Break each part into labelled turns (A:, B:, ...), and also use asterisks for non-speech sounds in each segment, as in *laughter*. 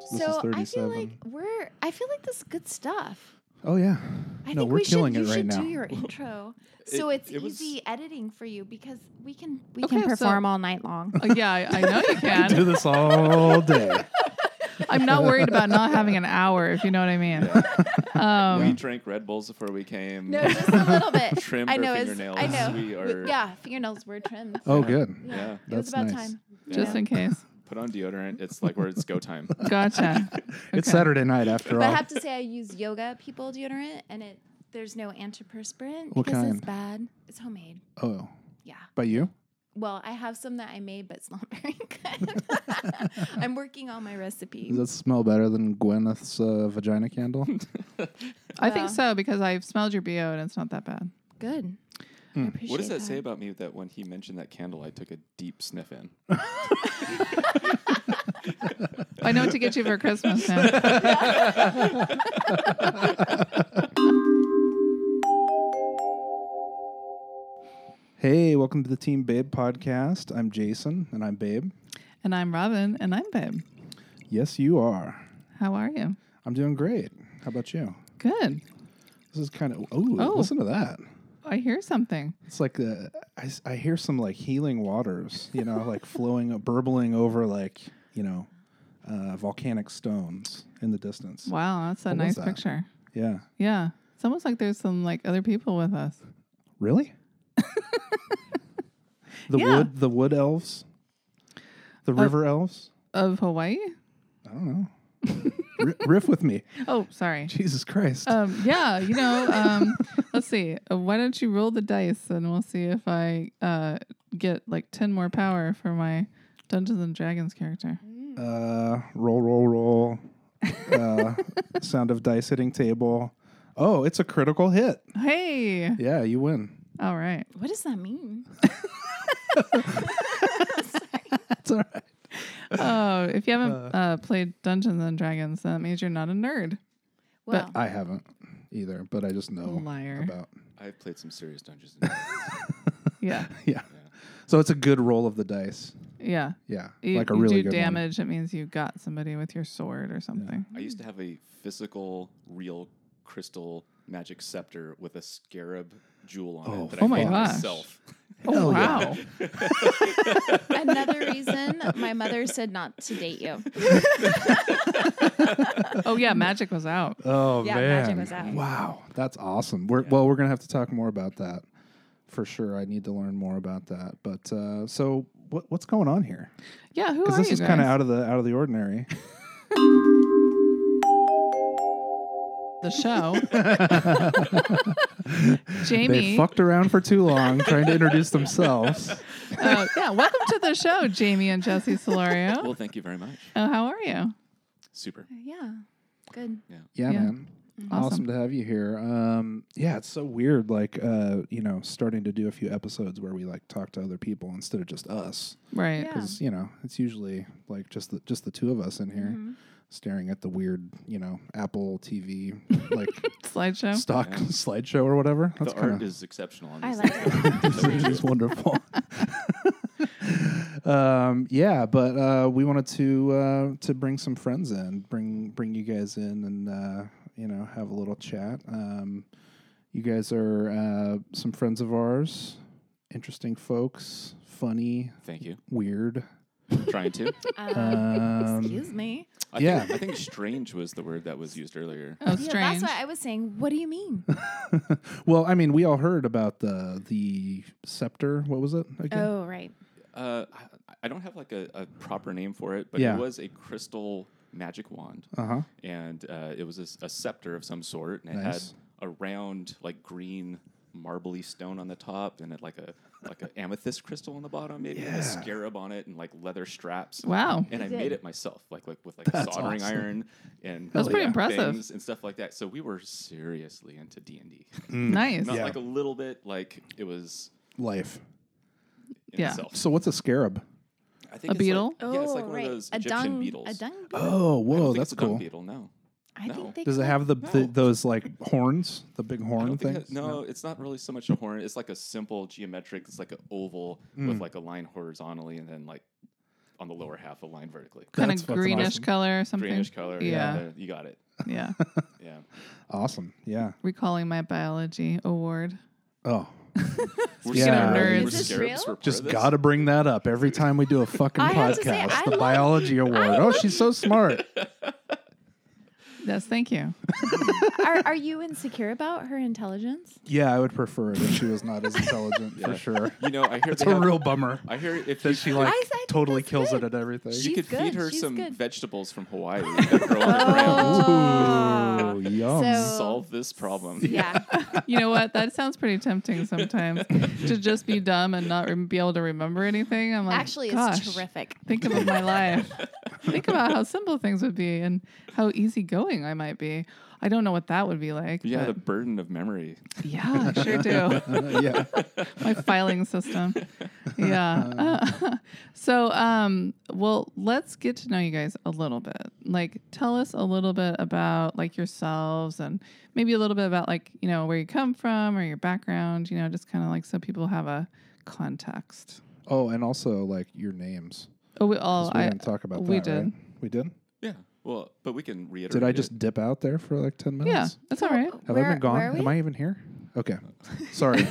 A: This
B: so
A: is
B: I feel
A: 37.
B: like we're. I feel like this is good stuff.
A: oh yeah.
B: I
A: no,
B: think
A: we're
B: we
A: killing
B: should,
A: it
B: you
A: right
B: should
A: now.
B: do
A: *laughs*
B: your intro, so
A: It-
B: it's
A: it was-
B: easy editing for you because we can we
C: Okay,
B: can
C: so-
B: perform all night
C: *laughs*
B: long.
C: Uh, yeah, I, I know you
A: *laughs* I do
C: can.
A: this all day.
C: I'm not worried about not having an hour, if you know what I
A: *laughs*
C: mean. Um,
D: we drank Red Bulls before we came.
B: No, just a little
D: *laughs*
B: bit.
D: trimmed
B: I know.
D: our
B: it's-
D: fingernails.
B: I know.
D: We
B: We-
D: are
B: yeah, fingernails were trimmed.
A: Oh
D: Yeah.
A: good.
D: Yeah.
B: it was
A: That's
B: about
A: nice.
B: time.
C: Just
B: Yeah.
C: in case.
D: Put on deodorant. It's like where it's
B: *laughs*
D: go time.
C: Gotcha.
A: It's
C: Okay.
A: Saturday night after
B: But I
A: all.
B: have to say, I use yoga people deodorant, and it there's no antiperspirant
A: What
B: because
A: kind?
B: it's bad. It's homemade.
A: oh,
B: Yeah.
A: by you?
B: Well, I have some that I made, but it's not *laughs* very good. I'm working on my recipe.
A: Does that smell better than Gwyneth's uh, vagina
C: *laughs*
A: candle?
C: I think
B: Well.
C: so because I've smelled your BO and it's not that bad.
B: Good. I
A: Hmm.
B: appreciate
D: What does that say about me that when he mentioned that candle, I took a deep sniff in?
C: I know what to get you for Christmas now.
A: *laughs* hey, welcome to the Team Babe podcast. I'm Jason and I'm Babe.
C: And I'm Robin and I'm Babe.
A: Yes, you are.
C: How are you?
A: I'm doing great. How about you?
C: Good.
A: This is kind of oh,
C: Oh.
A: listen to that.
C: I hear something.
A: It's like the I, s- I hear some like healing waters, you know, like flowing, burbling over like you know, uh, volcanic stones in the distance.
C: Wow, that's a
A: What was
C: nice
A: that?
C: picture.
A: Yeah,
C: Yeah. It's almost like there's some like other people with us. *laughs*
A: really. the
C: Yeah. Uh,
A: wood, the wood elves, the river elves.
C: Of Hawaii?
A: I don't
C: *laughs*
A: know. R- riff with me,
C: Oh, sorry.
A: Jesus Christ.
C: Um, yeah, you know, um, let's see. Uh, Why don't you roll the dice and we'll see if I uh, get like 10 more power for my Dungeons and Dragons character.
A: Uh, roll, roll, roll.
C: *laughs*
A: Uh, sound of dice hitting table. Oh, it's a critical hit.
C: Hey.
A: Yeah, you win.
C: All right.
B: What does that mean?
A: That's all right.
C: Oh, if you haven't uh, played Dungeons and Dragons, that means you're not a nerd.
B: Well,
A: I haven't either, but Oh, I just know
C: Liar.
A: about.
D: I've played some serious Dungeons. And Dragons.
C: *laughs* Yeah.
A: Yeah. So it's a good roll of the dice.
C: Yeah.
A: Yeah,
C: You,
A: like a
C: you
A: really
C: do
A: good
C: damage, it means you got somebody with your sword or something.
D: I used to have a physical, real crystal magic scepter with a scarab jewel on
A: Oh,
D: it that
C: Oh
D: I
C: my
D: made
C: gosh.
D: myself.
A: One. Hell Oh, yeah.
C: Oh,
A: *laughs*
C: wow.
B: another reason my mother said not to date you. Uh,
C: oh, yeah. Magic was out.
A: Oh
B: Yeah,
A: man!
B: magic was out.
A: Wow, that's awesome. We're, Well, we're gonna have to talk more about that for sure. I need to learn more about that. But uh, so what, what's going on here?
C: Yeah.
A: *laughs*
C: Who are
A: Because this
C: you
A: is kind of
C: guys?
A: out of the out of the ordinary. *laughs*
C: the show.
A: *laughs*
C: Jamie.
A: They fucked around for too long trying to introduce themselves.
C: uh, yeah, welcome to the show, Jamie and Jesse Solorio.
D: Well, thank you very much.
C: oh, how are you?
D: Super.
B: Yeah. Good.
A: Yeah,
C: Yeah.
A: man. Awesome. to have you here. Um, yeah, it's so weird, like uh, you know, starting to do a few episodes where we like talk to other people instead of just us,
C: Right.
B: Yeah.
A: because you know it's usually like just the just the two of us in here, staring at the weird, you know, Apple
B: *laughs*
A: TV like
C: Slideshow.
A: stock
D: Yeah.
A: slideshow or whatever.
D: the art is exceptional on
B: I
D: this.
B: like
A: *laughs*
B: it.
D: *laughs*
A: Which is wonderful. um, yeah, but uh, we wanted to uh, to bring some friends in, bring bring you guys in, and uh, you know have a little chat. Um, you guys are uh, some friends of ours, interesting folks, funny,
D: Thank
C: *laughs*
D: you.
A: weird.
D: Trying to.
A: *laughs*
B: Um,
A: Um,
B: *laughs* excuse me.
D: I
A: Yeah.
D: Think, I think strange was the word that was used earlier.
C: Oh,
B: Yeah,
C: strange.
B: that's what I was saying. What do
A: *laughs*
B: you mean?
A: Well, I mean, we all heard about the the scepter. What was it again?
B: oh, right.
D: Uh, I- I don't have like a, a proper name for it, but
A: Yeah.
D: it was a crystal magic wand.
B: Oh.
A: Uh huh.
D: and uh, it was a, s- a scepter of some sort, and
A: Nice.
D: it had a round, like green, marbly stone on the top, and it like a like an amethyst crystal on the bottom, maybe and
A: Yeah.
D: a scarab on it, and like leather straps.
C: Wow.
D: And I
B: did.
D: made it myself, like like with like a
A: That's
D: soldering
A: awesome.
D: iron and
C: That's
D: like,
C: pretty impressive.
D: things and stuff like that. So we were seriously into D and D,
A: Mm.
C: Nice.
D: not
A: Yeah.
D: like a little bit, like it was
A: Life.
D: in
C: Yeah.
D: itself.
A: So what's a scarab?
D: I think
C: A
D: it's
C: beetle?
D: Like, yeah, it's like
B: Oh,
D: one
B: right.
D: of those
B: a
D: Egyptian
B: dung,
D: beetles.
B: A dung beetle.
A: Oh,
D: I don't
A: whoa,
D: think
A: that's
D: it's a dung
A: cool.
D: beetle. No.
B: I
D: no.
B: think they
A: Does it
B: could-
A: have the, the
D: No.
A: those like horns, the big
D: I
A: horn
D: don't think
A: things?
D: it- no, it's not really so much a
A: Mm.
D: horn. It's like a simple geometric. It's like an oval with like a line horizontally, and then like on the lower half aligned vertically.
C: kind
A: That's
C: of
A: fucking
C: greenish
A: awesome.
C: color or something.
D: Greenish color.
C: Yeah.
D: there- you got it.
A: *laughs*
C: *laughs* Yeah.
D: Yeah.
A: Awesome. Yeah.
C: Recalling my biology award.
A: Oh,
D: We're
A: Speaking of
D: scarabs-
C: nerds.
D: we're
C: Is
B: this
D: scarabs
B: real?
D: for
A: just
D: purpose.
A: got to bring that up every time we do a fucking
B: I have to
A: podcast.
B: say, I
A: the
B: love-
A: biology award. oh, she's so
B: *laughs*
A: smart.
C: Yes, thank you.
B: are,
A: *laughs*
B: are you insecure about her intelligence?
A: yeah, I would prefer it if she was not as *laughs* intelligent for
D: Yeah.
A: sure.
D: You know, I hear
A: It's
D: they
A: a
D: have-
A: real bummer
D: I hear if
A: that
D: you,
A: she like
B: I think
A: totally
B: that's
A: kills
B: good.
A: it at everything.
B: She-
D: you could
B: She's
D: feed
B: good,
D: her
B: she's
D: some
B: good.
D: vegetables from
B: *laughs*
D: Hawaii. That girl on the ground.
B: Oh.
A: Ooh, yum.
B: So-
D: Solve this problem.
B: Oh. Yeah.
C: You know what? That sounds pretty tempting sometimes to just be dumb and not rem be able to remember anything. I'm like,
B: Actually,
C: Gosh,
B: it's terrific.
C: Think about my life. think about how simple things would be and how easygoing I might be. I don't know what that would be like.
D: Yeah, the
C: but-
D: burden of memory.
C: yeah, I
A: *laughs*
C: sure do.
A: *laughs* yeah.
C: my filing system. Yeah. *laughs* Uh, so, um, well, let's get to know you guys a little bit. Like, tell us a little bit about like yourselves and maybe a little bit about like, you know, where you come from or your background, you know, just kind of like so people have a context.
A: Oh, and also like your names.
C: Oh, we all,
A: 'cause we
C: I,
A: didn't talk about
C: we
A: that. right?
C: did.
A: We did.
D: Yeah. Well, but we can reiterate.
A: Did I
D: it.
A: just dip out there for like ten minutes?
C: yeah, that's all right.
A: Have
B: Where-
A: I been gone?
B: where are we?
A: Am I even here? Okay. Sorry.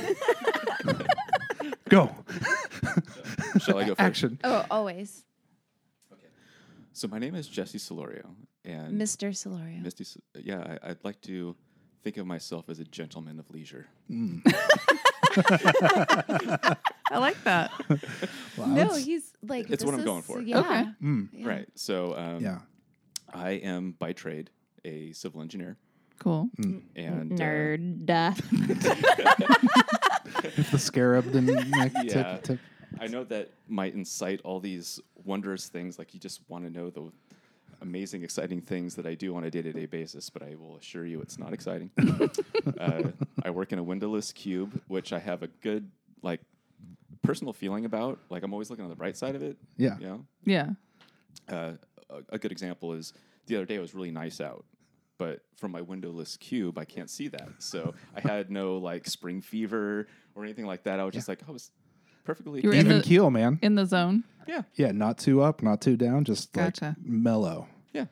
A: Go.
D: *laughs* Shall I go first?
A: Action.
B: Oh, always.
D: So my name is Jesse Solorio, and
B: Mr. Solorio.
D: Misty. S- Yeah, I, I'd like to think of myself as a gentleman of leisure.
C: I like that.
A: Wow,
B: No,
A: that's-
B: he's like.
D: It's what
B: this
D: I'm going
B: is-
D: for.
B: Yeah.
C: Okay.
A: Mm,
B: yeah.
D: Right. So um,
A: yeah.
D: I am by trade a civil engineer,
C: Cool.
D: and uh,
A: If the scarab didn't like
D: Yeah.
A: tip, tip.
D: I know that might incite all these wondrous things. Like you just want to know the amazing, exciting things that I do on a day-to-day basis. But I will assure you, it's not exciting.
A: *laughs*
D: uh, I work in a windowless cube, which I have a good like personal feeling about. Like I'm always looking on the bright side of it.
A: Yeah.
D: You know.
C: Yeah.
D: Uh, a- a good example is the other day it was really nice out, but from my windowless cube I can't see that.
A: *laughs*
D: So I had no like spring fever or anything like that. I was just like I was perfectly
C: You were in
A: Even
C: the-
A: keel, man.
C: In the zone.
D: yeah
A: Yeah, not too up, not too down, just
C: Gotcha.
A: like mellow,
D: yeah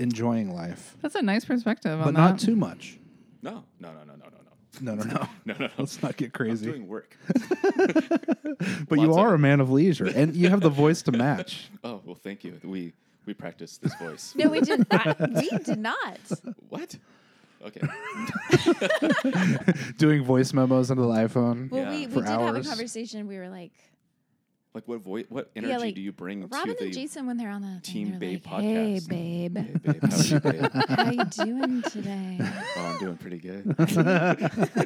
A: enjoying life,
C: That's a nice perspective
A: but
C: on
A: not
C: that.
A: too much.
D: no no no no no no
A: No, no, no.
D: no no no no.
A: Let's not get
D: I'm
A: crazy. *laughs*
D: doing work.
A: But you
D: lots of
A: are
D: it.
A: a man of leisure, and you have the voice to
D: *laughs*
A: match.
D: Oh well, thank you. We we practiced this voice.
B: No, we did
A: *laughs*
B: not. We did not.
D: *laughs* What? Okay.
A: doing voice memos into the iPhone.
B: Well,
D: Yeah.
B: we, we
A: For
B: did have a
A: hours.
B: conversation. We were like,
D: Like what voice? What energy
B: like,
D: do you bring
B: Robin
D: to the
B: and Jason, when they're on the thing, they're
D: Team Bay
B: like,
D: podcast.
B: Hey, babe,
D: Hey, babe, how are
A: *laughs*
B: *laughs* how you
D: you doing? oh,
B: doing
D: *laughs*
B: today?
D: I'm doing pretty good.
A: *laughs*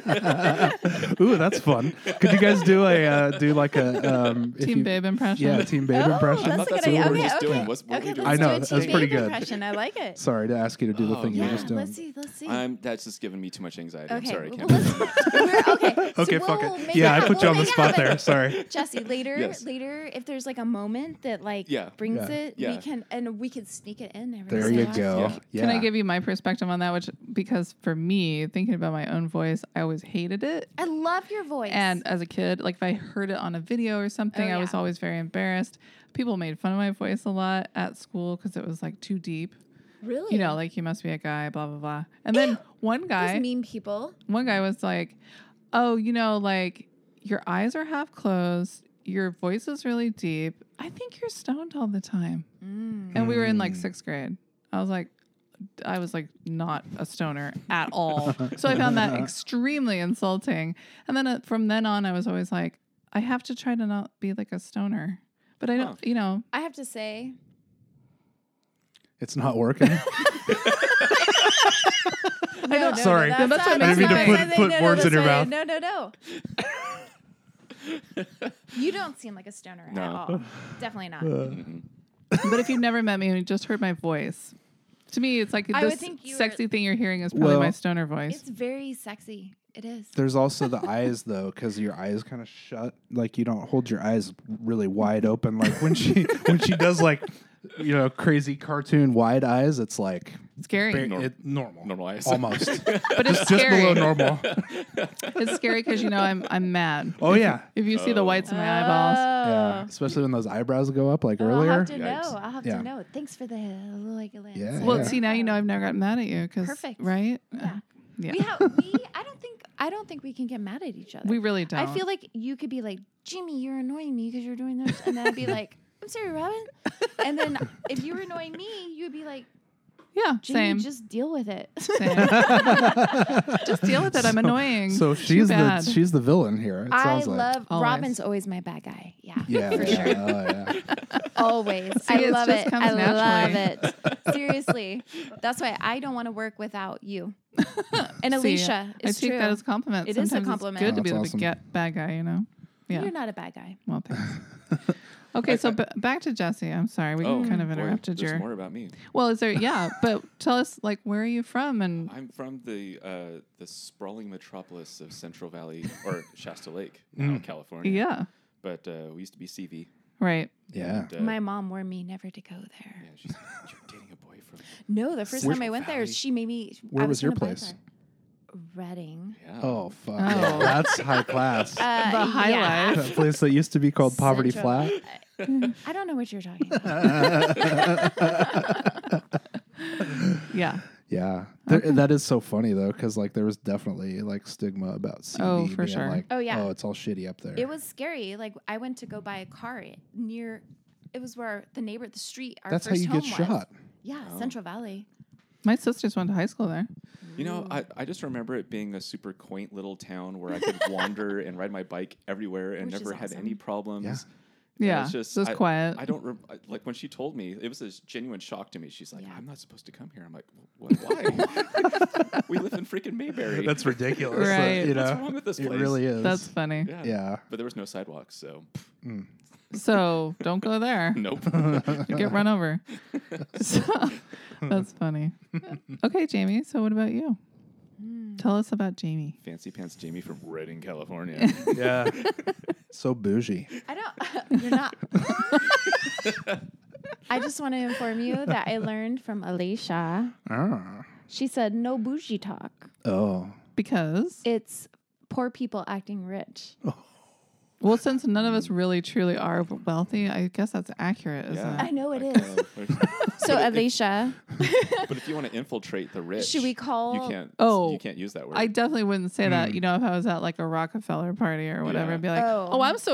A: Ooh, that's fun. Could you guys do a uh, do like a um, if
C: Team
A: you-
C: babe impression. *laughs*
A: Yeah, team babe impression.
D: that's-
B: a
D: what
B: good
D: we
B: idea.
D: were
B: okay,
D: just doing.
B: okay.
D: What's- what
B: okay,
D: were we doing?
B: let's
A: I know,
B: do a
A: that's
B: Team
A: pretty
B: Babe
A: good.
B: impression. I like it.
A: Sorry to ask you to do the
D: Oh,
A: thing you
B: yeah,
A: were just doing.
B: let's see. Let's see.
D: I'm that's just giving me too much anxiety. I'm
B: okay.
D: sorry. I
B: well,
D: can't.
B: let's, *laughs* we're, okay. so
A: Okay, fuck
B: we'll
A: it.
B: make
A: Yeah, I
B: happen.
A: put you on
B: We'll
A: the
B: make it
A: spot
B: happen. *laughs*
A: there. Sorry.
B: Jesse, later,
D: Yes.
B: later, if there's like a moment that like
D: Yeah.
B: brings
A: Yeah.
B: it, we
D: Yeah.
B: can and we could sneak it in. Every
A: There
B: once in
A: you
B: a
A: go.
B: while.
D: Yeah.
A: Yeah.
C: Can I give you my perspective on that? Which, because for me, thinking about my own voice, I always hated it.
B: I love your voice.
C: And as a kid, like if I heard it on a video or something,
B: Oh,
C: I was
B: yeah.
C: always very embarrassed. People made fun of my voice a lot at school because it was like too deep.
B: really,
C: You know, like you must be a guy, blah blah blah.
B: *gasps*
C: And then one
B: Those
C: guy,
B: mean people.
C: one guy was like, "Oh, you know, like your eyes are half closed, your voice is really deep. I think you're stoned all the time."
B: Mm.
C: And we were in
A: Mm.
C: like sixth grade. I was like, I was like not a stoner
A: *laughs*
C: at all. so I found that extremely insulting. And then uh, from then on, I was always like, I have to try to not be like a stoner. But I don't,
D: Huh.
C: you know,
B: I have to say,
A: It's not working.
B: No, no, no,
A: Sorry.
B: that's
C: No, that's what
B: not-
C: makes me
B: that's
C: think.
B: not-
A: Put- put
B: no, no,
A: words in
B: that's
A: your
B: not-
A: mouth.
B: No, no, no. you don't seem like a stoner
D: No.
B: at all. Definitely not.
C: but if you've never met me and you just heard my voice, to me, it's like
B: I would
C: this
B: think you were-
C: sexy thing you're hearing is probably
A: Well,
C: my stoner voice.
B: It's very sexy. It is.
A: There's also the eyes though, because your eyes kind of shut, like you don't hold your eyes really wide open. Like when she when she does like you know crazy cartoon wide eyes, it's like
C: scary.
A: Ba-
D: Norm-
A: it, normal.
D: normal *laughs* eyes.
A: Almost.
C: But it's
A: Just
C: scary.
A: below normal.
C: It's scary because you know I'm I'm mad.
A: Oh, yeah.
C: If you see the
D: Oh.
C: whites in my
B: Uh,
C: eyeballs,
A: Yeah. Especially when those eyebrows go up like
B: Oh, I'll
A: earlier.
B: have to *laughs*
D: Yikes.
B: know. I'll have
A: Yeah.
B: to know. Thanks for the uh, like. lens.
A: Yeah,
B: I
C: well,
B: don't
A: yeah.
C: see now you know I've never gotten mad at you because
B: Perfect.
C: right?
B: Yeah.
C: *laughs* Yeah.
B: We have we. I don't think I don't think we can get mad at each other.
C: We really don't.
B: I feel like you could be like Jimmy, you're annoying me because you're doing this, and then I'd be like, I'm sorry, Robin. And then if you were annoying me, you'd be like,
C: yeah,
B: Jimmy,
C: same. Just,
B: just deal with it.
C: *laughs*
B: *laughs*
C: Same. deal with it.
A: *laughs*
C: I'm
A: So-
C: annoying.
A: So
C: Too
A: she's the
C: bad.
A: she's the villain here. It
B: I
A: sounds like.
B: love
C: Always.
B: Robin's always my bad guy. Yeah,
A: yeah,
B: for
A: yeah,
B: sure.
A: oh, yeah.
B: Always.
C: *laughs* See,
B: I
C: it
B: love
C: just
B: it.
C: comes
B: I
C: naturally.
B: love it. Seriously. That's why I don't want to work without
C: *laughs*
B: you. And
C: See,
B: Alicia,
C: I
B: it's
C: take
B: true.
C: that as a compliment.
B: It is a
C: Sometimes
B: compliment.
C: It's good to
A: That's
C: be the
A: awesome.
C: get bad guy, you know. Yeah.
B: You're not a bad guy.
C: Well, thanks.
A: *laughs*
C: Okay, so b- back to Jesse. I'm sorry, we
D: Oh,
C: kind of
D: boy,
C: interrupted
D: there's
C: your.
D: more about me.
C: Well,
D: *laughs*
C: is there? Yeah, but tell us like where are you from and
D: I'm from the uh, the sprawling metropolis of Central Valley
B: *laughs*
D: or Shasta Lake,
A: Mm.
D: now California.
C: yeah,
D: But uh, we used to be CV.
C: right.
A: Yeah.
D: and, uh,
B: My mom warned me never to go there.
D: yeah, she's like, you're dating a boy from.
B: No, the first
D: Where-
B: time I went there,
D: Valley.
B: she made me.
A: Where
B: I
A: was your
B: gonna buy
A: place?
B: her.
C: *laughs*
B: Reading.
D: Yeah.
A: Oh fuck.
C: Oh.
A: Yeah, that's high class.
B: Uh,
C: The high
B: yeah.
C: life.
A: that place that used to be called Poverty
B: Central-
A: Flat.
B: I don't know what you're
A: *laughs*
B: talking about.
C: Yeah. *laughs*
A: Yeah, There- that is so funny though, because like there was definitely like stigma about CV
C: Oh, for
A: being
C: sure.
A: like,
B: Oh, yeah.
A: oh, it's all shitty up there.
B: It was scary. Like I went to go buy a car i- near. It was where the neighbor, the street. Our
A: that's how
B: first
A: you get
B: home was. *laughs*
A: shot.
B: Yeah,
D: Oh.
B: Central Valley.
C: My sisters went to high school there.
D: You know, I, I just remember it being a super quaint little town where I could
B: *laughs*
D: wander and ride my bike everywhere and
B: Which is
D: never had any
B: awesome.
D: problems. And
C: Yeah,
D: it's
C: it's
D: just-
C: just,
D: I-
C: quiet.
D: I don't re- I- like when she told me it was a genuine shock to me. She's like,
B: Yeah.
D: "I'm not supposed to come here." I'm like, "Wh- "Why? *laughs* we live in freaking Mayberry.
A: ridiculous.
C: that, Right. you
D: What's wrong with this
A: it
D: place?
A: really is.
C: That's funny.
D: yeah.
A: yeah.
D: But there was no sidewalks, so
C: *laughs*
D: *laughs*
C: So don't go there.
D: nope.
C: *laughs* You
A: *laughs*
C: get
D: *laughs*
C: run over. So, that's funny. Okay, Jamie. So what about you? Tell us about Jamie. *laughs*
D: Fancy pants Jamie from
B: *laughs*
D: Redding, California.
A: Yeah. so bougie.
B: I don't. *laughs* You're
D: *laughs*
B: not. I just want to inform you that I learned from Alicia.
A: Ah.
B: She said no bougie talk.
A: Oh.
C: Because
B: It's poor people acting rich.
A: Oh
C: well, since none of us really truly are wealthy, I guess that's accurate, isn't
D: Yeah.
B: I know it
D: Like,
B: is.
D: uh, *laughs* there's-
B: So
D: but if-
B: Alicia,
D: but if you want to infiltrate the rich,
B: should we call?
D: You can't.
C: Oh.
D: you can't use that word.
C: I definitely wouldn't say that, you know, if I was at like a Rockefeller party or whatever,
D: Hmm. Yeah.
C: I'd be like,
B: Oh.
C: oh, I'm so